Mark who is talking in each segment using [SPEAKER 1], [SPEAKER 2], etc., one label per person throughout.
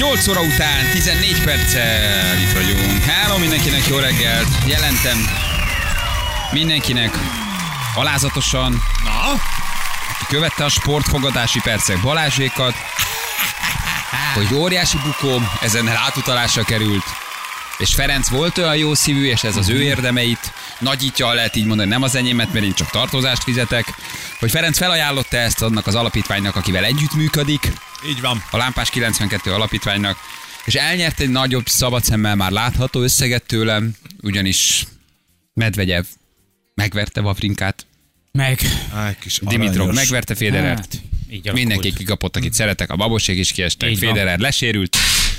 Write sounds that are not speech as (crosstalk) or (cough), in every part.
[SPEAKER 1] 8 óra után, 14 perccel itt vagyunk. Hello mindenkinek, jó reggelt. Jelentem mindenkinek alázatosan,
[SPEAKER 2] Na,
[SPEAKER 1] aki követte a sportfogadási percek Balázsékat, hogy óriási bukóm, ezen rátutalásra került. És Ferenc volt olyan jó szívű, és ez az ő érdemeit nagyítja, lehet így mondani, nem az enyémet, mert én csak tartozást fizetek, hogy Ferenc felajánlotta ezt annak az alapítványnak, akivel együttműködik,
[SPEAKER 2] így van.
[SPEAKER 1] a Lámpás 92 alapítványnak, és elnyert egy nagyobb szabad szemmel már látható összeget tőlem, ugyanis Medvegyev megverte Vafrinkát,
[SPEAKER 3] Meg.
[SPEAKER 2] Áj, kis
[SPEAKER 1] Dimitrov
[SPEAKER 2] aranyos.
[SPEAKER 1] megverte Federert,
[SPEAKER 3] Hát, így alakult.
[SPEAKER 1] mindenki kikapott, akit szeretek, a babosék is kiestek,
[SPEAKER 3] Így van.
[SPEAKER 1] Federer lesérült,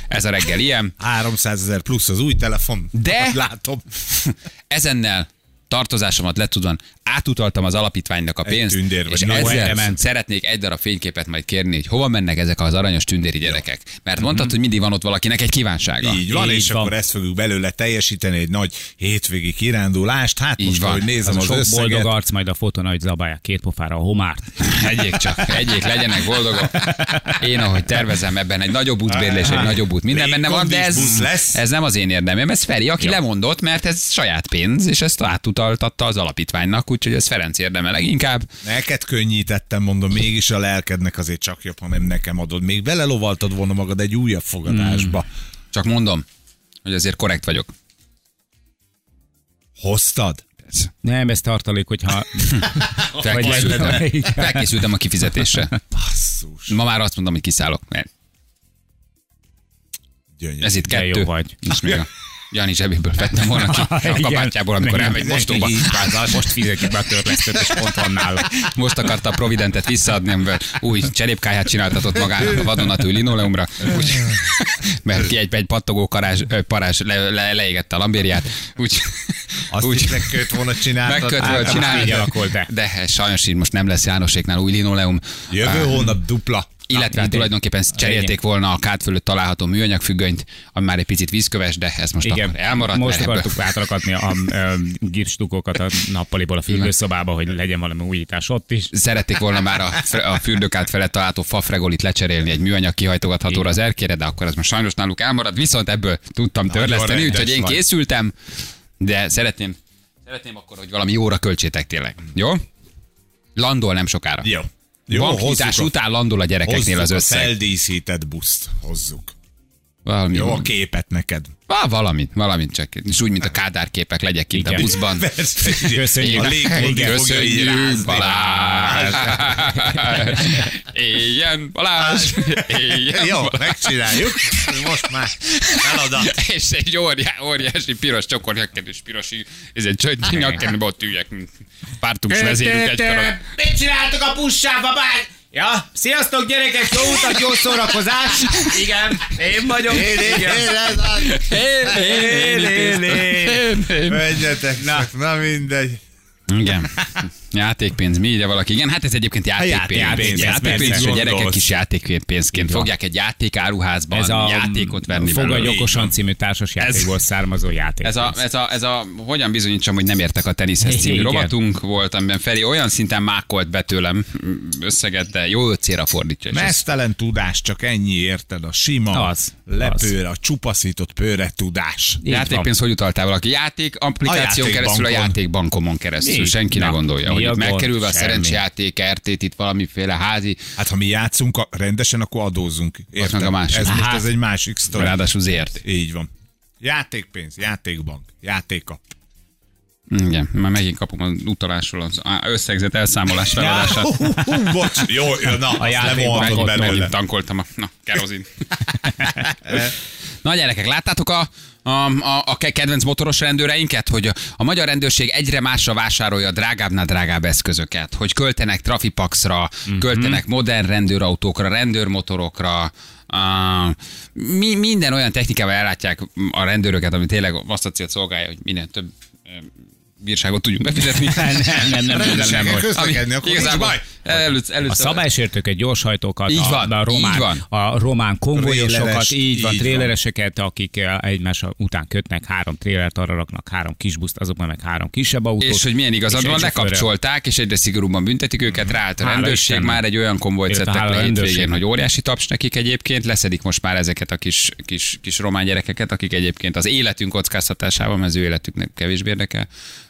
[SPEAKER 1] ez a reggel ilyen.
[SPEAKER 2] 300 ezer plusz az új telefon.
[SPEAKER 1] De-
[SPEAKER 2] Azt Látom.
[SPEAKER 1] (laughs) Ezennel tartozásomat letudvan átutaltam az alapítványnak a pénzt,
[SPEAKER 2] tündér vagy.
[SPEAKER 1] és
[SPEAKER 2] No, erre
[SPEAKER 1] ezzel
[SPEAKER 2] ment.
[SPEAKER 1] szeretnék egy darab fényképet majd kérni, hogy hova mennek ezek az aranyos tündéri gyerekek. Mert mondtad, hogy mindig van ott valakinek egy kívánsága.
[SPEAKER 2] Mhm. Így van,
[SPEAKER 3] Így
[SPEAKER 2] és
[SPEAKER 3] van.
[SPEAKER 2] akkor ezt fogjuk belőle teljesíteni egy nagy hétvégi kirándulást. Hát
[SPEAKER 1] Így
[SPEAKER 2] most,
[SPEAKER 1] van.
[SPEAKER 2] ahogy
[SPEAKER 3] Az
[SPEAKER 2] nézem
[SPEAKER 3] a
[SPEAKER 2] az,
[SPEAKER 3] sok boldog
[SPEAKER 2] összeget,
[SPEAKER 3] arc, majd a fotó nagy zabálják két pofára a homárt.
[SPEAKER 1] Egyék csak, egyék, legyenek boldogok. Én, ahogy tervezem, ebben egy nagyobb útbérlés, egy nagyobb út, minden benne van, de ez,
[SPEAKER 2] Légkondis busz lesz.
[SPEAKER 1] ez nem az én érdemem, ez Feri, aki lemondott, mert ez saját pénz, és ezt átutaltatta az alapítványnak, úgyhogy ez Ferenc érdeme leginkább.
[SPEAKER 2] neked könnyítettem, mondom, mégis a lelkednek azért csak jobb, ha nem nekem adod. Még belelovaltad volna magad egy újabb fogadásba.
[SPEAKER 1] Csak mondom, hogy azért korrekt vagyok.
[SPEAKER 2] Hoztad?
[SPEAKER 3] Nem, ez tartalék, hogyha...
[SPEAKER 1] Felkészültem.
[SPEAKER 3] Igen.
[SPEAKER 1] Felkészültem a kifizetésre.
[SPEAKER 2] Basszus.
[SPEAKER 1] Ma már azt mondom, hogy kiszállok, mert
[SPEAKER 2] Gyönyörű.
[SPEAKER 1] ez itt
[SPEAKER 3] De
[SPEAKER 1] kettő.
[SPEAKER 3] jó vagy.
[SPEAKER 1] És még a Jani zsebéből vettem volna ki, a
[SPEAKER 3] (laughs) Igen.
[SPEAKER 1] kabátjából, amikor
[SPEAKER 3] Igen.
[SPEAKER 1] elmegy mostóba.
[SPEAKER 3] Most fizetik be a törlesztőt, és pont van nála.
[SPEAKER 1] (laughs) Most akarta a Providentet visszaadni, amivel új cserépkáját csináltatott magának a vadonatúj linoleumra, úgy, (laughs) mert ki egy, egy pattogó karázs, ö, parázs le, le, leégette a lambériát, úgy,
[SPEAKER 2] Azt is megkölt volna
[SPEAKER 1] (laughs)
[SPEAKER 2] csináltad.
[SPEAKER 1] megkötve
[SPEAKER 2] Hát,
[SPEAKER 1] csinálni,
[SPEAKER 3] így alakult, de.
[SPEAKER 1] de sajnos így most nem lesz Jánoséknál új linoleum.
[SPEAKER 2] hát, Jövő hónap dupla.
[SPEAKER 1] Illetve hát
[SPEAKER 3] idén.
[SPEAKER 1] tulajdonképpen cserélték volna a kád fölött található műanyag függönyt, ami már egy picit vízköves, de ez most
[SPEAKER 3] Igen,
[SPEAKER 1] akkor elmaradt.
[SPEAKER 3] most
[SPEAKER 1] mert ebből-
[SPEAKER 3] akartuk átalakatni a, a, a gipstukókat a nappaliból a fürdőszobába, hogy legyen valami újítás ott is.
[SPEAKER 1] szerették volna már a, fre- a fürdőkát felett található fafregolit lecserélni egy műanyag kihajtogathatóra az erkére, de akkor ez most sajnos náluk elmarad, viszont ebből tudtam törleszteni,
[SPEAKER 2] rendes
[SPEAKER 1] úgyhogy én
[SPEAKER 2] vagy.
[SPEAKER 1] készültem, de szeretném, szeretném akkor, hogy valami jóra költsétek tényleg. Jó? Landol nem sokára.
[SPEAKER 2] Jó.
[SPEAKER 1] Jó, Banknyitás
[SPEAKER 2] hozzuk a-
[SPEAKER 1] után landol a gyerekeknél
[SPEAKER 2] Hozzuk
[SPEAKER 1] az
[SPEAKER 2] a
[SPEAKER 1] összeg.
[SPEAKER 2] feldíszített buszt, hozzuk.
[SPEAKER 1] Valami,
[SPEAKER 2] Jó,
[SPEAKER 1] jó.
[SPEAKER 2] a képet neked.
[SPEAKER 1] Á, valamit, valamit csak. És úgy, mint a kádár képek legyek kint a
[SPEAKER 3] Igen.
[SPEAKER 1] buszban.
[SPEAKER 3] Köszönjük.
[SPEAKER 2] A légkondi fogja így
[SPEAKER 1] Köszönjük,
[SPEAKER 2] rázni.
[SPEAKER 1] Balázs! Éljen, Balázs! Éljen,
[SPEAKER 2] Jó,
[SPEAKER 1] Balázs!
[SPEAKER 2] megcsináljuk. Most már feladat.
[SPEAKER 1] És egy óriá, óriási piros csokornyakkendő, és piros, ez egy csöny nyakkendőben ott üljek, mint pártus vezérük egy karat.
[SPEAKER 3] Mit csináltok a pussába, bár? Ja, sziasztok gyerekek, jó utat, jó szórakozás! Igen, én vagyok.
[SPEAKER 2] Menjetek, na, na mindegy.
[SPEAKER 1] Igen. Játékpénz, mi ide valaki? Igen, hát ez egyébként játékpénz.
[SPEAKER 3] játékpénz,
[SPEAKER 1] Játékpénz, játékpénz
[SPEAKER 3] persze.
[SPEAKER 1] és a gyerekek
[SPEAKER 2] Gondolsz.
[SPEAKER 1] is játékpénzként fogják egy játékáruházban
[SPEAKER 3] Ez a
[SPEAKER 1] játékot venni
[SPEAKER 3] Fogadj
[SPEAKER 1] belőle.
[SPEAKER 3] okosan című társas játékból származó játék.
[SPEAKER 1] Ez a, ez, a, ez a, hogyan bizonyítsam, hogy nem értek a teniszhez című
[SPEAKER 3] Igen.
[SPEAKER 1] rovatunk volt, amiben Feri olyan szinten mákolt be tőlem összeget, de jó célra fordítja. és ez-
[SPEAKER 2] Mesztelen tudás, csak ennyi érted. A sima,
[SPEAKER 3] Az,
[SPEAKER 2] lepőr, a csupaszított pőre tudás.
[SPEAKER 3] Így
[SPEAKER 1] Játékpénz hogy utaltál valaki? Játék applikáción
[SPEAKER 2] A
[SPEAKER 1] keresztül, a
[SPEAKER 2] játékbankon.
[SPEAKER 1] játékbankomon keresztül.
[SPEAKER 3] Így.
[SPEAKER 1] Senki ne
[SPEAKER 3] Na,
[SPEAKER 1] gondolja,
[SPEAKER 3] mi
[SPEAKER 1] hogy
[SPEAKER 3] a
[SPEAKER 1] itt
[SPEAKER 3] gond?
[SPEAKER 1] megkerülve a
[SPEAKER 3] Semmi.
[SPEAKER 1] szerencsejáték RT-t, itt valamiféle házi,
[SPEAKER 2] Hát ha mi játszunk a- rendesen, akkor adózunk. Érted?
[SPEAKER 1] meg a másik.
[SPEAKER 2] Ez most
[SPEAKER 1] Hát.
[SPEAKER 2] ez egy másik sztori.
[SPEAKER 1] ráadásul zért.
[SPEAKER 2] Így van. Játékpénz, játékbank, játéka.
[SPEAKER 1] Igen, már megint kapom az utalásról az á, összegzett
[SPEAKER 3] (laughs)
[SPEAKER 1] elszámolás feladását.
[SPEAKER 2] Hú, hú, bocs, jó, jó, na, a
[SPEAKER 1] Megint-
[SPEAKER 2] lemohatott
[SPEAKER 1] Megint
[SPEAKER 2] belőle.
[SPEAKER 1] tankoltam a na, kerozin. Na gyerekek, láttátok a, a, a, a ke- kedvenc motoros rendőreinket, hogy a, a magyar rendőrség egyre másra vásárolja drágábbnál drágább eszközöket, hogy költenek trafipaxra, mm-hmm. költenek modern rendőrautókra, rendőrmotorokra, Uh, mi, minden olyan technikával ellátják a rendőröket, ami tényleg azt a célt szolgálja, hogy minél több bírságot tudjunk befizetni.
[SPEAKER 4] Nem, nem, nem, nem, nem, nem,
[SPEAKER 2] Rendesen
[SPEAKER 4] nem.
[SPEAKER 2] kell
[SPEAKER 1] Ami
[SPEAKER 2] közlekedni, akkor nincs
[SPEAKER 1] igazából
[SPEAKER 2] baj.
[SPEAKER 1] előtt, előtt,
[SPEAKER 4] A szabálysértőket, gyorshajtókat,
[SPEAKER 1] Így van,
[SPEAKER 4] a, a,
[SPEAKER 1] így
[SPEAKER 4] román,
[SPEAKER 1] van.
[SPEAKER 4] a román konvojosokat,
[SPEAKER 2] Tréleres,
[SPEAKER 4] így van,
[SPEAKER 2] így van.
[SPEAKER 4] trélereseket, akik eh, egymás után kötnek három trélert, arra raknak három kis buszt, azoknak meg három kisebb autót.
[SPEAKER 1] és hogy milyen igazad
[SPEAKER 4] És
[SPEAKER 1] van,
[SPEAKER 4] egy sofőrrel.
[SPEAKER 1] lekapcsolták, és egyre szigorúbban büntetik őket, ráállt a
[SPEAKER 4] Hála
[SPEAKER 1] rendőrség,
[SPEAKER 4] Istennek.
[SPEAKER 1] már egy olyan konvojt
[SPEAKER 4] Illetve
[SPEAKER 1] szedtek
[SPEAKER 4] hála
[SPEAKER 1] le
[SPEAKER 4] a
[SPEAKER 1] hétvégén,
[SPEAKER 4] rendőrségnek.
[SPEAKER 1] hogy óriási taps nekik egyébként, leszedik most már ezeket a kis, kis, kis román gyerekeket, akik egyébként az életünk kockáztatásában, mert az ő életüknek kevésbé érdekel,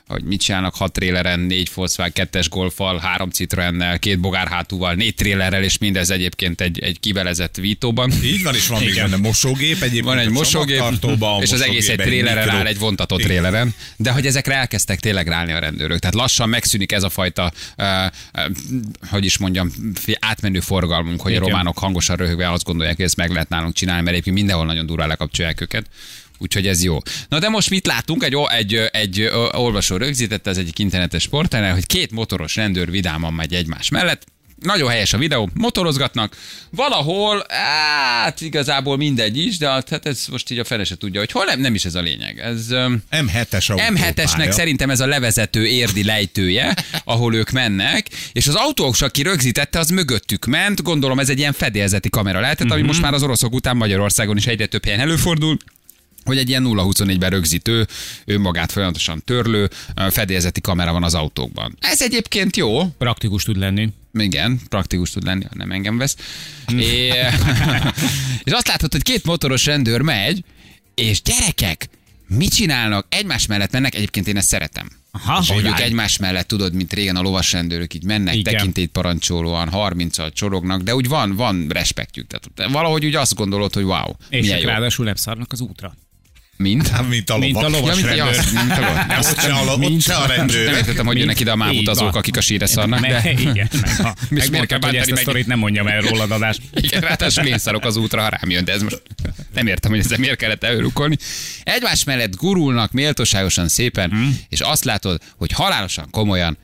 [SPEAKER 1] hogy mit csinálnak hat tréleren, négy Volkswagen, kettes golfal, három Citroennel, két bogár hátúval, négy trélerrel, és mindez egyébként egy, egy kivelezett vítóban.
[SPEAKER 2] Így van, és van még benne mosógép. Egyébként
[SPEAKER 1] Van egy
[SPEAKER 2] a
[SPEAKER 1] mosógép,
[SPEAKER 2] csomagtartóban, a
[SPEAKER 1] és az egész egy
[SPEAKER 2] mosógépben
[SPEAKER 1] tréleren
[SPEAKER 2] mikro-
[SPEAKER 1] áll, egy vontatott
[SPEAKER 2] Igen.
[SPEAKER 1] tréleren, de hogy ezekre elkezdtek tényleg ráni a rendőrök. Tehát lassan megszűnik ez a fajta, uh, uh, hogy is mondjam, fi- átmenő forgalmunk, hogy a
[SPEAKER 4] Igen.
[SPEAKER 1] románok hangosan röhögve azt gondolják, hogy ezt meg lehet nálunk csinálni, mert egyébként mindenhol nagyon durván lekapcsolják őket. Úgyhogy ez jó. Na de most mit látunk? Egy, o- egy, ö, egy ö, olvasó rögzítette az egyik internetes portálnál, hogy két motoros rendőr vidáman megy egymás mellett, nagyon helyes a videó, motorozgatnak, valahol, hát igazából mindegy is, de hát ez most így a fene se tudja, hogy hol nem, nem is ez a lényeg. Ez, öm,
[SPEAKER 2] M7-es autópálya.
[SPEAKER 1] M7-esnek szerintem ez a levezető érdi lejtője, ahol ők mennek, és az autók, aki rögzítette, az mögöttük ment, gondolom ez egy ilyen fedélzeti kamera lehetett, ami most már az oroszok után Magyarországon is egyre több helyen előfordul, hogy egy ilyen 0-24-ben rögzítő, önmagát folyamatosan törlő, ö, fedélzeti kamera van az autókban. Ez egyébként jó,
[SPEAKER 4] Praktikus tud lenni.
[SPEAKER 1] igen, praktikus tud lenni, ha nem engem vesz.
[SPEAKER 4] (laughs)
[SPEAKER 1] É, és azt látod, hogy két motoros rendőr megy, és gyerekek, mit csinálnak? Egymás mellett mennek, egyébként én ezt szeretem.
[SPEAKER 4] Aha,
[SPEAKER 1] és hogy ők
[SPEAKER 4] hogy áll.
[SPEAKER 1] egymás mellett, tudod, mint régen a lovasrendőrök így mennek,
[SPEAKER 4] Igen.
[SPEAKER 1] tekintét parancsolóan, 30-al csorognak, de úgy van, van respektjük. Tehát valahogy úgy azt gondolod, hogy wow,
[SPEAKER 4] És
[SPEAKER 1] milyen
[SPEAKER 4] ők
[SPEAKER 1] jó.
[SPEAKER 4] ráadásul nem szarnak az útra.
[SPEAKER 1] Mint?
[SPEAKER 2] Hát, mint a
[SPEAKER 4] Mint a
[SPEAKER 2] lovak.
[SPEAKER 4] lovak.
[SPEAKER 1] Ja, mint, ja,
[SPEAKER 4] rendőr.
[SPEAKER 1] azt- mint a lovas.
[SPEAKER 2] Nem, ott se a, lo- ott se a
[SPEAKER 1] Nem
[SPEAKER 2] rendőrök.
[SPEAKER 1] értettem, hogy jönnek ide a mávutazók, akik a síre szarnak, de...
[SPEAKER 4] (laughs) Igen, meg, ha,
[SPEAKER 1] (laughs) miért
[SPEAKER 4] meg
[SPEAKER 1] kell
[SPEAKER 4] mondtad, hogy
[SPEAKER 1] bántani
[SPEAKER 4] ezt a
[SPEAKER 1] meg?
[SPEAKER 4] sztorit nem mondjam el rólad adást.
[SPEAKER 1] Igen, ráadásul én szarok az útra, ha rám jön, de ez most nem értem, hogy ezzel miért kellett előrukolni. Egymás mellett gurulnak méltóságosan szépen, hmm. és azt látod, hogy halálosan komolyan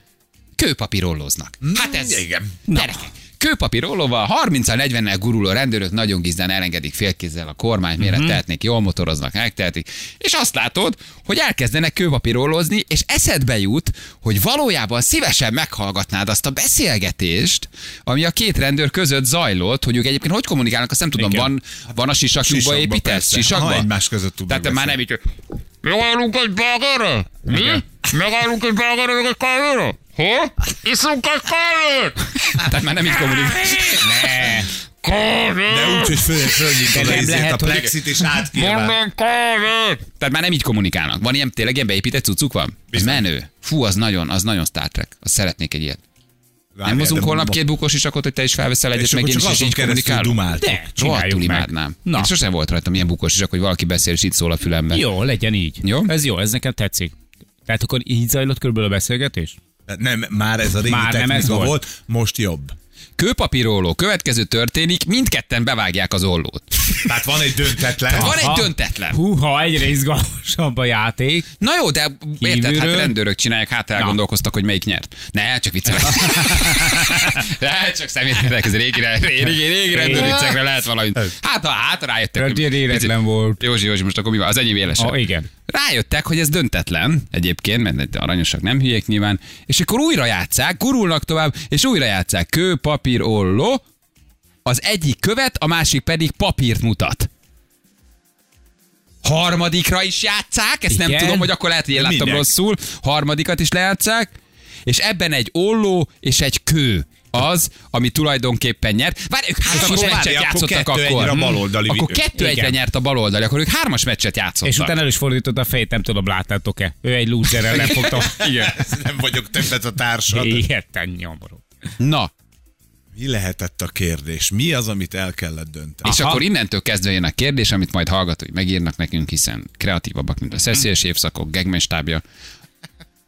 [SPEAKER 1] kőpapírollóznak. Hát ez... Igen. Gyerekek. Kőpapírollóval, 30-40-nel guruló rendőrök nagyon gizdán elengedik félkézzel a kormány, mire mm-hmm. tehetnék, jól motoroznak, megtehetik. És azt látod, hogy elkezdenek kőpapírolózni, és eszedbe jut, hogy valójában szívesen meghallgatnád azt a beszélgetést, ami a két rendőr között zajlott, hogy ők egyébként hogy kommunikálnak, azt nem tudom,
[SPEAKER 4] Igen.
[SPEAKER 1] van, van a sisakjukba
[SPEAKER 2] Sisakba,
[SPEAKER 1] épített?
[SPEAKER 2] persze.
[SPEAKER 1] Sisakba?
[SPEAKER 2] Aha, egymás között tudnak
[SPEAKER 1] Tehát te már nem így, hogy megállunk egy burgerre? Mi? Megállunk egy burgerre, meg egy kávéra? Hol? Iszunk egy kávét! Tehát már nem így (laughs) kommunikál.
[SPEAKER 4] Ne,
[SPEAKER 2] De úgy, hogy föl, fölnyitod
[SPEAKER 4] nem
[SPEAKER 2] a izét, a
[SPEAKER 4] lehet, hogy-
[SPEAKER 2] plexit, és átkíván.
[SPEAKER 1] Mondom kávét! Tehát már nem így kommunikálnak. Van ilyen, tényleg ilyen beépített cuccuk van? Ez menő. Fú, az nagyon, az nagyon Star Trek. Azt szeretnék egy ilyet. Nem hozunk holnap két bukós isakot, hogy te is felveszel egyet,
[SPEAKER 2] És
[SPEAKER 1] meg
[SPEAKER 2] akkor
[SPEAKER 1] én
[SPEAKER 2] csak
[SPEAKER 1] is, és
[SPEAKER 2] azon
[SPEAKER 1] így
[SPEAKER 2] keresztül
[SPEAKER 1] kommunikálunk.
[SPEAKER 2] dumált.
[SPEAKER 4] de
[SPEAKER 1] Rohadtul
[SPEAKER 4] csináljuk meg.
[SPEAKER 1] imádnám.
[SPEAKER 4] Na.
[SPEAKER 1] Én sosem volt rajtam ilyen bukós isak, hogy valaki beszél, és itt szól a fülembe.
[SPEAKER 4] Jó, legyen így.
[SPEAKER 1] Jó?
[SPEAKER 4] Ez jó, ez nekem tetszik. Tehát akkor így zajlott körülbelül a beszélgetés?
[SPEAKER 2] Hát Nem, már ez a régi
[SPEAKER 4] Már nem ez
[SPEAKER 2] technika
[SPEAKER 4] volt.
[SPEAKER 2] volt, most jobb.
[SPEAKER 1] Kőpapíróló. Következő történik, mindketten bevágják az ollót.
[SPEAKER 2] Tehát van egy döntetlen.
[SPEAKER 1] Van egy
[SPEAKER 4] Aha.
[SPEAKER 1] döntetlen.
[SPEAKER 4] Húha, egyre izgalmasabb a játék.
[SPEAKER 1] Na jó, de érted, hát
[SPEAKER 4] Kívülről?
[SPEAKER 1] rendőrök csinálják, hát elgondolkoztak, hogy melyik nyert. Ne, csak viccelek. ne, csak személyek, ez régi, régi, régi, régi rendőricekre lehet valami. Hát, ha, hát rájöttek.
[SPEAKER 4] Rendőr éretlen
[SPEAKER 1] Picit-
[SPEAKER 4] volt.
[SPEAKER 1] Józsi, Józsi, most akkor mi van? Az enyém élesen.
[SPEAKER 4] Ah, igen.
[SPEAKER 1] Rájöttek, hogy ez döntetlen egyébként, mert itt aranyosak nem hülyék nyilván, és akkor újra játszák, gurulnak tovább, és újra játszák. Kő, papír, olló, az egyik követ, a másik pedig papírt mutat. Harmadikra is játszák, ezt nem
[SPEAKER 4] Igen.
[SPEAKER 1] tudom, hogy akkor lehet, hogy én láttam
[SPEAKER 2] Minek?
[SPEAKER 1] rosszul. Harmadikat is lejátszák, és ebben egy olló és egy kő az, ami tulajdonképpen nyert. Várj, ők hármas
[SPEAKER 2] akkor
[SPEAKER 1] meccset
[SPEAKER 2] várj, akkor
[SPEAKER 1] játszottak
[SPEAKER 2] kettő
[SPEAKER 1] akkor.
[SPEAKER 2] egyre a
[SPEAKER 1] Hm.
[SPEAKER 2] baloldali
[SPEAKER 1] Akkor
[SPEAKER 2] vitő.
[SPEAKER 1] kettő egyre
[SPEAKER 4] Igen.
[SPEAKER 1] nyert a baloldali, akkor ők hármas meccset játszottak.
[SPEAKER 4] És utána el is fordított a fejét, nem tudom, láttátok-e? Ő egy lúzerrel
[SPEAKER 1] (laughs)
[SPEAKER 4] nem fogta.
[SPEAKER 1] Igen.
[SPEAKER 2] (laughs)
[SPEAKER 1] hát-
[SPEAKER 2] Nem vagyok többet a társad.
[SPEAKER 4] Hihetetlen nyomorú.
[SPEAKER 1] Na,
[SPEAKER 2] Mi lehetett a kérdés? Mi az, amit el kellett dönteni?
[SPEAKER 1] És
[SPEAKER 4] Aha.
[SPEAKER 1] akkor innentől kezdve jön a kérdés, amit majd hallgatói megírnak nekünk, hiszen kreatívabbak, mint a
[SPEAKER 4] Mhm.
[SPEAKER 1] szeszélyes évszakok, gegmenstábja.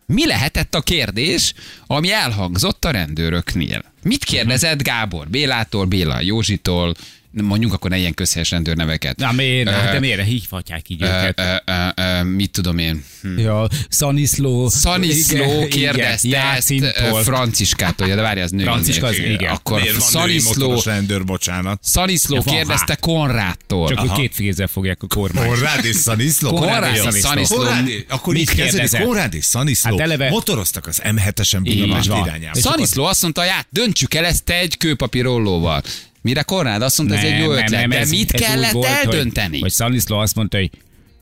[SPEAKER 1] Mi lehetett a kérdés, ami
[SPEAKER 4] Mhm.
[SPEAKER 1] elhangzott a rendőröknél? Mit kérdezett Gábor Bélától, Béla Józsitól, mondjuk akkor ne ilyen közhelyes rendőrneveket.
[SPEAKER 4] Na miért? Hát
[SPEAKER 1] Eh.
[SPEAKER 4] de miért? Hívhatják így
[SPEAKER 1] Ö,
[SPEAKER 4] őket. Hmm.
[SPEAKER 1] ö, ö, ö, mit tudom én.
[SPEAKER 4] Ja, Szaniszló.
[SPEAKER 1] Szaniszló kérdezte ezt eh, ö,
[SPEAKER 4] Játszintól.
[SPEAKER 1] Franciskától, ja, de várj, az nő.
[SPEAKER 4] Franciska az- igen.
[SPEAKER 1] Akkor
[SPEAKER 2] Miért van női
[SPEAKER 1] Szaniszló,
[SPEAKER 2] motoros rendőr, bocsánat?
[SPEAKER 1] Szaniszló
[SPEAKER 4] Ja, van
[SPEAKER 1] kérdezte
[SPEAKER 4] hát.
[SPEAKER 1] Konrádtól.
[SPEAKER 4] Csak hogy két kézzel fogják a kormányt.
[SPEAKER 2] Konrád és Szaniszló?
[SPEAKER 1] Konrád
[SPEAKER 4] Konrád és
[SPEAKER 1] és Szaniszló.
[SPEAKER 2] Konrád, akkor
[SPEAKER 4] Mit
[SPEAKER 2] így kezdődik,
[SPEAKER 4] kérdezett?
[SPEAKER 2] Konrád és Szaniszló
[SPEAKER 4] Hát eleve-
[SPEAKER 2] motoroztak az M7-esen Budapest
[SPEAKER 4] van.
[SPEAKER 2] irányába.
[SPEAKER 1] Szaniszló azt mondta, ját, döntsük el ezt egy kőpapírollóval. Mire Konrád azt mondta, ez egy jó ötlet, de mit
[SPEAKER 4] úgy
[SPEAKER 1] kellett
[SPEAKER 4] volt, hogy-
[SPEAKER 1] eldönteni?
[SPEAKER 4] Hogy Szaniszló azt mondta, hogy,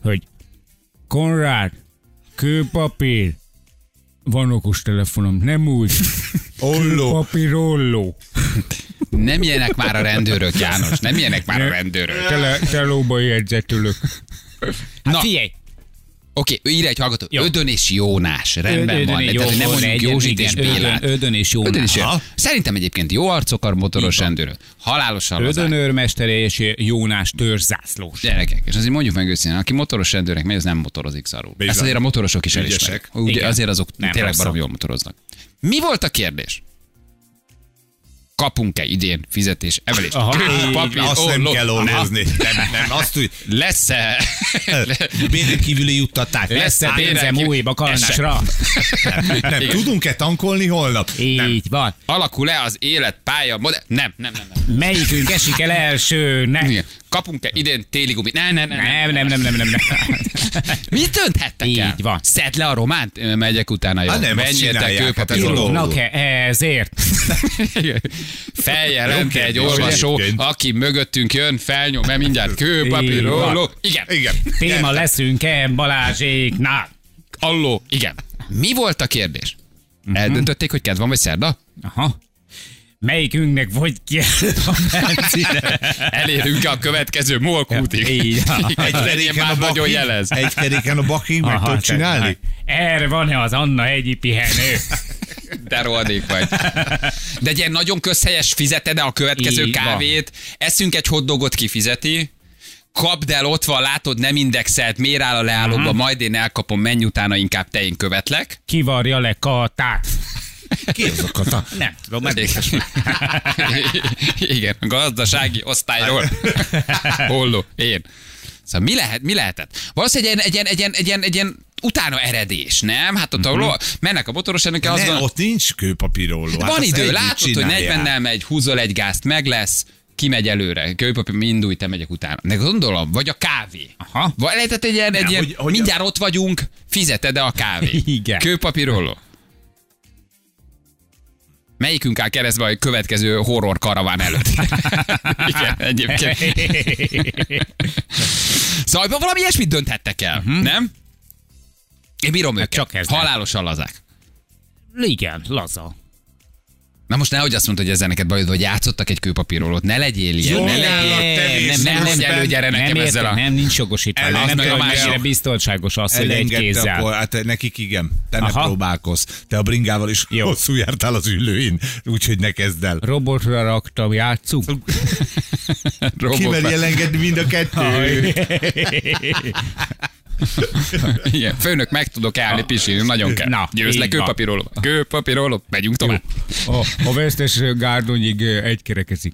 [SPEAKER 4] hogy Konrád, kőpapír, van okos telefonom, nem
[SPEAKER 1] (laughs)
[SPEAKER 4] úgy.
[SPEAKER 2] Olló.
[SPEAKER 4] Papírolló.
[SPEAKER 1] Nem ilyenek már a rendőrök, János, nem ilyenek már a rendőrök.
[SPEAKER 4] Tele, telóba jegyzetülök. Hát
[SPEAKER 1] Na,
[SPEAKER 4] Figyelj,
[SPEAKER 1] oké, ő írja egy hallgató,
[SPEAKER 4] Jó.
[SPEAKER 1] Ödön és Jónás, rendben van. Tehát, hogy nem mondjuk Józsit és Bélát.
[SPEAKER 4] Ödön és Jónás.
[SPEAKER 1] Ödön is
[SPEAKER 4] Aha.
[SPEAKER 1] jó. Szerintem egyébként jó arcok a motoros rendőrök. Halálosan
[SPEAKER 4] Ödön
[SPEAKER 1] lazák.
[SPEAKER 4] őrmestere és Jónás törzszászlós.
[SPEAKER 1] Gyerekek, és azért mondjuk meg őszintén, aki motoros rendőrnek megy, az nem motorozik szarul.
[SPEAKER 2] Bizony.
[SPEAKER 1] Ezt azért a motorosok is
[SPEAKER 2] Ügyesek.
[SPEAKER 1] elismerik. Ugye
[SPEAKER 4] Igen.
[SPEAKER 1] azért azok
[SPEAKER 4] Nem
[SPEAKER 1] tényleg
[SPEAKER 4] rosszak.
[SPEAKER 1] barom jól motoroznak. Mi volt a kérdés? Kapunk-e idén fizetés emelést?
[SPEAKER 4] Aha.
[SPEAKER 1] Kő,
[SPEAKER 4] Így,
[SPEAKER 1] papír,
[SPEAKER 2] Azt nem
[SPEAKER 1] olló.
[SPEAKER 2] kell ollózni. Nem, nem, azt úgy.
[SPEAKER 1] Lesz-e?
[SPEAKER 2] Béren kívüli juttatták.
[SPEAKER 1] Lesz-e
[SPEAKER 4] Lesz-e pénzem
[SPEAKER 1] pénzem
[SPEAKER 4] újba kalandásra?
[SPEAKER 2] Nem,
[SPEAKER 1] Igen.
[SPEAKER 2] tudunk-e tankolni holnap?
[SPEAKER 4] Így van.
[SPEAKER 1] Alakul-e az élet pálya? Modell? Nem, nem, nem. nem.
[SPEAKER 4] Melyikünk esik el elsőnek?
[SPEAKER 1] Igen. Kapunk-e idén téli gumit? Nem, nem, nem.
[SPEAKER 4] Nem, nem, nem, nem, nem. nem.
[SPEAKER 1] Mit dönthettek el?
[SPEAKER 4] Így van.
[SPEAKER 1] Szedd le a románt, ö, megyek utána. Jó.
[SPEAKER 2] Hát nem, azt
[SPEAKER 1] Menjétek
[SPEAKER 2] csinálják, hát ez
[SPEAKER 1] kőpapír.
[SPEAKER 2] a
[SPEAKER 1] olló.
[SPEAKER 2] dolog.
[SPEAKER 4] Írónak-e ezért?
[SPEAKER 1] (laughs) Feljelent egy olvasó,
[SPEAKER 2] egyébként.
[SPEAKER 1] aki mögöttünk jön, felnyom, mert mindjárt kő, papír,
[SPEAKER 4] Így van.
[SPEAKER 1] olló. Igen.
[SPEAKER 2] Igen.
[SPEAKER 4] Téma leszünk-e Balázséknál?
[SPEAKER 1] Alló. Igen. Mi volt a kérdés? Eldöntötték, hogy kedv van vagy szerda?
[SPEAKER 4] Aha. Melyikünknek vagy ki a benzine?
[SPEAKER 1] (laughs) Elérünk a következő molkútig.
[SPEAKER 4] Így van.
[SPEAKER 1] (laughs) Egy felé már nagyon jelez.
[SPEAKER 2] Egy keréken a bakig meg
[SPEAKER 4] Aha,
[SPEAKER 2] tudod
[SPEAKER 4] tehát,
[SPEAKER 2] csinálni?
[SPEAKER 4] Erre van-e az Anna egyi pihenő?
[SPEAKER 1] Te rohadék vagy. De egy ilyen nagyon közhelyes fizeted el a következő
[SPEAKER 4] Így van.
[SPEAKER 1] kávét, eszünk egy hotdogot kifizeti, kapd el, ott van, látod, nem indexelt, miért áll a leállóba,
[SPEAKER 4] Mhm.
[SPEAKER 1] majd én elkapom, menj utána, inkább te én követlek.
[SPEAKER 4] Kivarja le katát?
[SPEAKER 2] Ki az a kata?
[SPEAKER 4] Nem tudom, meg
[SPEAKER 1] Igen. (laughs) Igen, a gazdasági osztályról. Holló, én. Szóval mi, lehet, mi lehetett? Valószínűleg egy ilyen, egy ilyen, egy ilyen, egy ilyen utána eredés, nem? Hát ott uh-huh. mennek a motoros ennek azt
[SPEAKER 2] Nem,
[SPEAKER 1] gondolom,
[SPEAKER 2] ott nincs kőpapíróló. Hát
[SPEAKER 1] van
[SPEAKER 2] azt
[SPEAKER 1] idő,
[SPEAKER 2] együtt
[SPEAKER 1] látod, hogy
[SPEAKER 2] csinálják.
[SPEAKER 1] 40-nel megy, húzol egy gázt, meg lesz, kimegy előre, kőpapír, indulj, te megyek utána. De gondolom, vagy a kávé.
[SPEAKER 4] Aha.
[SPEAKER 1] Vagy lehetett egy ilyen, egy
[SPEAKER 2] Nem,
[SPEAKER 1] ilyen
[SPEAKER 2] hogy- hogy-
[SPEAKER 1] mindjárt ott vagyunk, fizeted de a kávé.
[SPEAKER 4] (laughs) Igen.
[SPEAKER 1] Kőpapírolló. Melyikünk áll keresztbe a következő horror karaván előtt? (laughs) Igen, egyébként. Szóval valami ilyesmit dönthettek el, nem? Én bírom őket.
[SPEAKER 4] Mhm. Hát csak ez nem.
[SPEAKER 1] Halálosan lazák.
[SPEAKER 4] Igen, laza.
[SPEAKER 1] Na most nehogy azt mondta, hogy ezzel neked bajod, vagy játszottak egy kőpapírolót. Ne legyél ilyen.
[SPEAKER 2] Jó
[SPEAKER 1] ne
[SPEAKER 2] ajánlat,
[SPEAKER 1] legyél.
[SPEAKER 2] te
[SPEAKER 1] nem,
[SPEAKER 2] visz,
[SPEAKER 1] nem, nem,
[SPEAKER 2] Ruszben.
[SPEAKER 1] nem, gyere
[SPEAKER 4] Nem
[SPEAKER 1] nekem ezzel
[SPEAKER 4] értem,
[SPEAKER 1] a...
[SPEAKER 4] nem, nincs jogosítva.
[SPEAKER 2] El-
[SPEAKER 4] Nem
[SPEAKER 1] az meg a
[SPEAKER 4] tudom,
[SPEAKER 1] másik.
[SPEAKER 4] mennyire biztonságos az, hogy egy
[SPEAKER 2] Elengedte Akkor,
[SPEAKER 4] kézzel.
[SPEAKER 2] hát nekik igen, te ne
[SPEAKER 4] Aha.
[SPEAKER 2] próbálkozz. Te a bringával is
[SPEAKER 4] Jó.
[SPEAKER 2] hosszú jártál az ülőin, úgyhogy ne kezd el.
[SPEAKER 4] Robotra raktam, játszunk.
[SPEAKER 1] Robot,
[SPEAKER 2] Kivel elengedni mind a kettő?
[SPEAKER 1] Igen, főnök, meg tudok állni pisilni, nagyon kell. Na,
[SPEAKER 4] Na,
[SPEAKER 1] Győz le,
[SPEAKER 4] így van.
[SPEAKER 1] kőpapíroló. Kőpapíroló, megyünk tovább.
[SPEAKER 4] A, a vesztes gárdonyig egy kerekezik.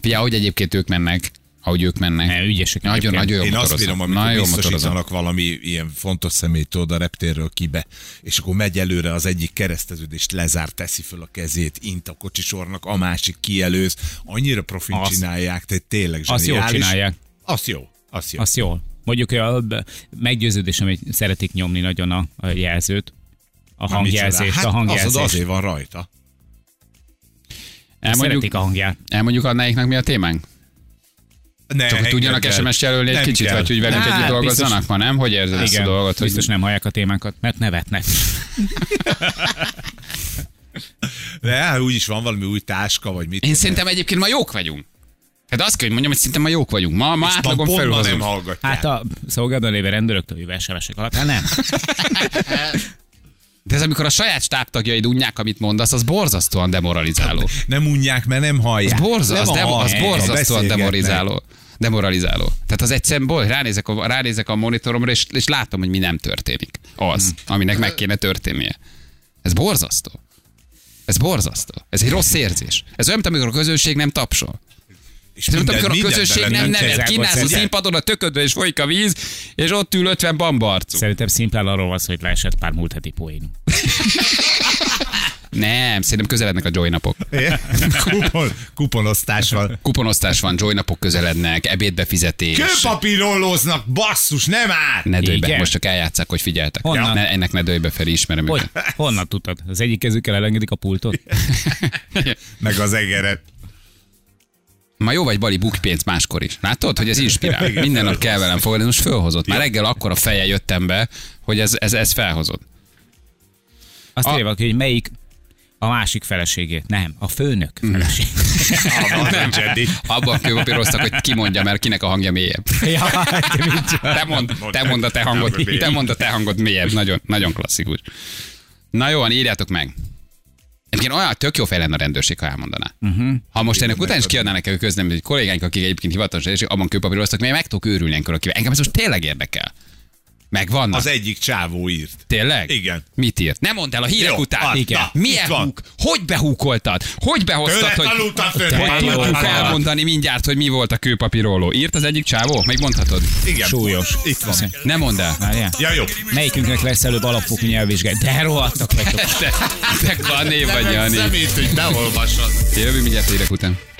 [SPEAKER 1] Fia, hogy egyébként ők mennek, ahogy ők mennek.
[SPEAKER 4] Ne, ügyesek
[SPEAKER 1] Nagyon,
[SPEAKER 4] egyébként.
[SPEAKER 1] nagyon jó
[SPEAKER 2] Én azt bírom, amikor
[SPEAKER 1] Nagyon motorozom.
[SPEAKER 2] biztosítanak valami ilyen fontos szemét oda a reptérről kibe, és akkor megy előre az egyik kereszteződést, lezár, teszi föl a kezét, int a kocsisornak, a másik kielőz. Annyira profin
[SPEAKER 4] Azt-
[SPEAKER 2] csinálják, tehát tényleg
[SPEAKER 4] Azt jól
[SPEAKER 2] zseniális.
[SPEAKER 4] csinálják.
[SPEAKER 2] Azt jó, azt jó.
[SPEAKER 4] Azt jól. Mondjuk a b- meggyőződésem, hogy szeretik nyomni nagyon a, a jelzőt. A
[SPEAKER 2] Na, micsoda?
[SPEAKER 4] hangjelzést,
[SPEAKER 2] Hát
[SPEAKER 4] a
[SPEAKER 2] az, az
[SPEAKER 4] hangjelzést.
[SPEAKER 2] azért van rajta.
[SPEAKER 1] Elmondjuk,
[SPEAKER 4] Szeretik a hangját.
[SPEAKER 1] elmondjuk annáiknak, mi a témánk?
[SPEAKER 2] Ne,
[SPEAKER 1] Csak hogy tudjanak
[SPEAKER 2] engedd el.
[SPEAKER 1] SMS jelölni egy
[SPEAKER 2] Nem
[SPEAKER 1] kicsit,
[SPEAKER 2] kell.
[SPEAKER 1] vagy hogy velünk
[SPEAKER 4] Hát,
[SPEAKER 1] együtt
[SPEAKER 4] biztos-
[SPEAKER 1] dolgozzanak ma, nem? Hogy érzed ezt a
[SPEAKER 4] Igen,
[SPEAKER 1] dolgot? Hogy
[SPEAKER 4] biztos nem hallják a témákat, mert nevetnek.
[SPEAKER 2] De hát úgyis van valami új táska, vagy mit.
[SPEAKER 1] Én szerintem egyébként ma jók vagyunk. Hát azt kell, hogy mondjam, hogy szerintem ma jók vagyunk. Ma, ma átlagon
[SPEAKER 2] Tamponnal
[SPEAKER 1] felül
[SPEAKER 2] nem
[SPEAKER 1] hozunk.
[SPEAKER 2] hallgatják.
[SPEAKER 4] Hát a szolgálatban lévő rendőröktől jövő SMS-ek alapján nem.
[SPEAKER 1] De ez amikor a saját stábtagjaid unják, amit mondasz, az borzasztóan demoralizáló.
[SPEAKER 2] nem unják, mert nem hallják.
[SPEAKER 1] Az, borza,
[SPEAKER 2] Le
[SPEAKER 1] az,
[SPEAKER 2] van
[SPEAKER 1] de, az
[SPEAKER 2] hallgatva,
[SPEAKER 1] borzasztóan
[SPEAKER 2] beszélgetnek.
[SPEAKER 1] demoralizáló. Demoralizáló. Tehát az egyszerűen bol, ránézek, a, ránézek a monitoromra, és, és látom, hogy mi nem történik. Az, aminek meg kéne történnie. Ez borzasztó. Ez borzasztó. Ez egy rossz érzés. Ez olyan, mint amikor a közönség nem tapsol.
[SPEAKER 2] És
[SPEAKER 1] És mint
[SPEAKER 2] minden-
[SPEAKER 1] amikor a
[SPEAKER 2] minden
[SPEAKER 1] közösség
[SPEAKER 2] bele-
[SPEAKER 1] nem
[SPEAKER 4] Mindent
[SPEAKER 1] nevet,
[SPEAKER 4] bezárkózz,
[SPEAKER 1] kinász a
[SPEAKER 4] ugye?
[SPEAKER 1] színpadon, a töködbe és folyik a víz, és ott ül 50 bambarcú.
[SPEAKER 4] Szerintem szimplán arról van szó, hogy leesett pár múlt heti poénunk.
[SPEAKER 1] Nem, szerintem közelednek a joy napok.
[SPEAKER 2] Kupon,
[SPEAKER 1] (laughs)
[SPEAKER 2] kuponosztással.
[SPEAKER 1] Kuponosztás van, joy napok közelednek, ebédbe fizetés.
[SPEAKER 2] Kőpapírollóznak, basszus, nem áll!
[SPEAKER 1] Ne dőj be,
[SPEAKER 4] Igen.
[SPEAKER 1] most csak eljátszák, hogy figyeltek.
[SPEAKER 4] Honnan?
[SPEAKER 1] Ne, ennek ne dőj be, Feri, ismerem
[SPEAKER 4] Hogy?
[SPEAKER 1] őket.
[SPEAKER 4] Honnan tudtad? Az egyik kezükkel elengedik a pultot?
[SPEAKER 2] Meg az egeret.
[SPEAKER 1] Ma jó vagy, Bali, bukj pénzt máskor is. Látod, hogy ez inspirál.
[SPEAKER 2] Igen,
[SPEAKER 1] Minden nap kell velem fogadni, most fölhozott. Már reggel akkor a feje jöttem be, hogy ez, ez, ez felhozott.
[SPEAKER 4] Azt
[SPEAKER 1] A-
[SPEAKER 4] írja valaki, hogy melyik a másik feleségét. Nem, a főnök feleség.
[SPEAKER 2] Nem,
[SPEAKER 1] (laughs)
[SPEAKER 2] Jedi.
[SPEAKER 1] Abban kőpapíroztak, hogy ki mondja, mert kinek a hangja mélyebb.
[SPEAKER 4] ja, hát, mit
[SPEAKER 1] Te mond, te mond a te hangod, te mond a te hangod mélyebb. Nagyon, nagyon klasszikus. Na jó, van, írjátok meg. Egyébként olyan tök jó fej lenne a rendőrség, ha elmondaná. Uh-huh. Ha most ennek után is kiadnának el közlemény, hogy kollégáink, akik egyébként hivatalos és abban kőpapíroztak, mert meg tudok őrülni ilyenkor, akivel. Engem ez most tényleg érdekel. Meg vannak.
[SPEAKER 2] Az egyik csávó írt.
[SPEAKER 1] Tényleg?
[SPEAKER 2] Igen.
[SPEAKER 1] Mit írt? Nem mondd el a hírek
[SPEAKER 2] Jó,
[SPEAKER 1] után.
[SPEAKER 2] ad,
[SPEAKER 1] Igen.
[SPEAKER 2] na,
[SPEAKER 1] Milyen
[SPEAKER 2] itt van.
[SPEAKER 1] húk? Hogy behúkoltad? Hogy behoztad?
[SPEAKER 2] Tőle
[SPEAKER 1] hogy...
[SPEAKER 2] tanultam, tőle
[SPEAKER 1] Hogy
[SPEAKER 2] tanultam.
[SPEAKER 1] tudjuk elmondani mindjárt, hogy mi volt a kőpapíróló. Írt az egyik csávó? Még mondhatod.
[SPEAKER 2] Igen.
[SPEAKER 4] Súlyos.
[SPEAKER 2] Itt van.
[SPEAKER 1] Nem mondd el.
[SPEAKER 4] Várjál.
[SPEAKER 2] Ja, jó.
[SPEAKER 4] Melyikünknek lesz előbb alapfokú nyelvvizsgálat? De rohadtak vagytok.
[SPEAKER 1] Te, te kané vagy, Jani.
[SPEAKER 2] Szemét, hogy beolvasod.
[SPEAKER 1] Jövő mindjárt a hírek után.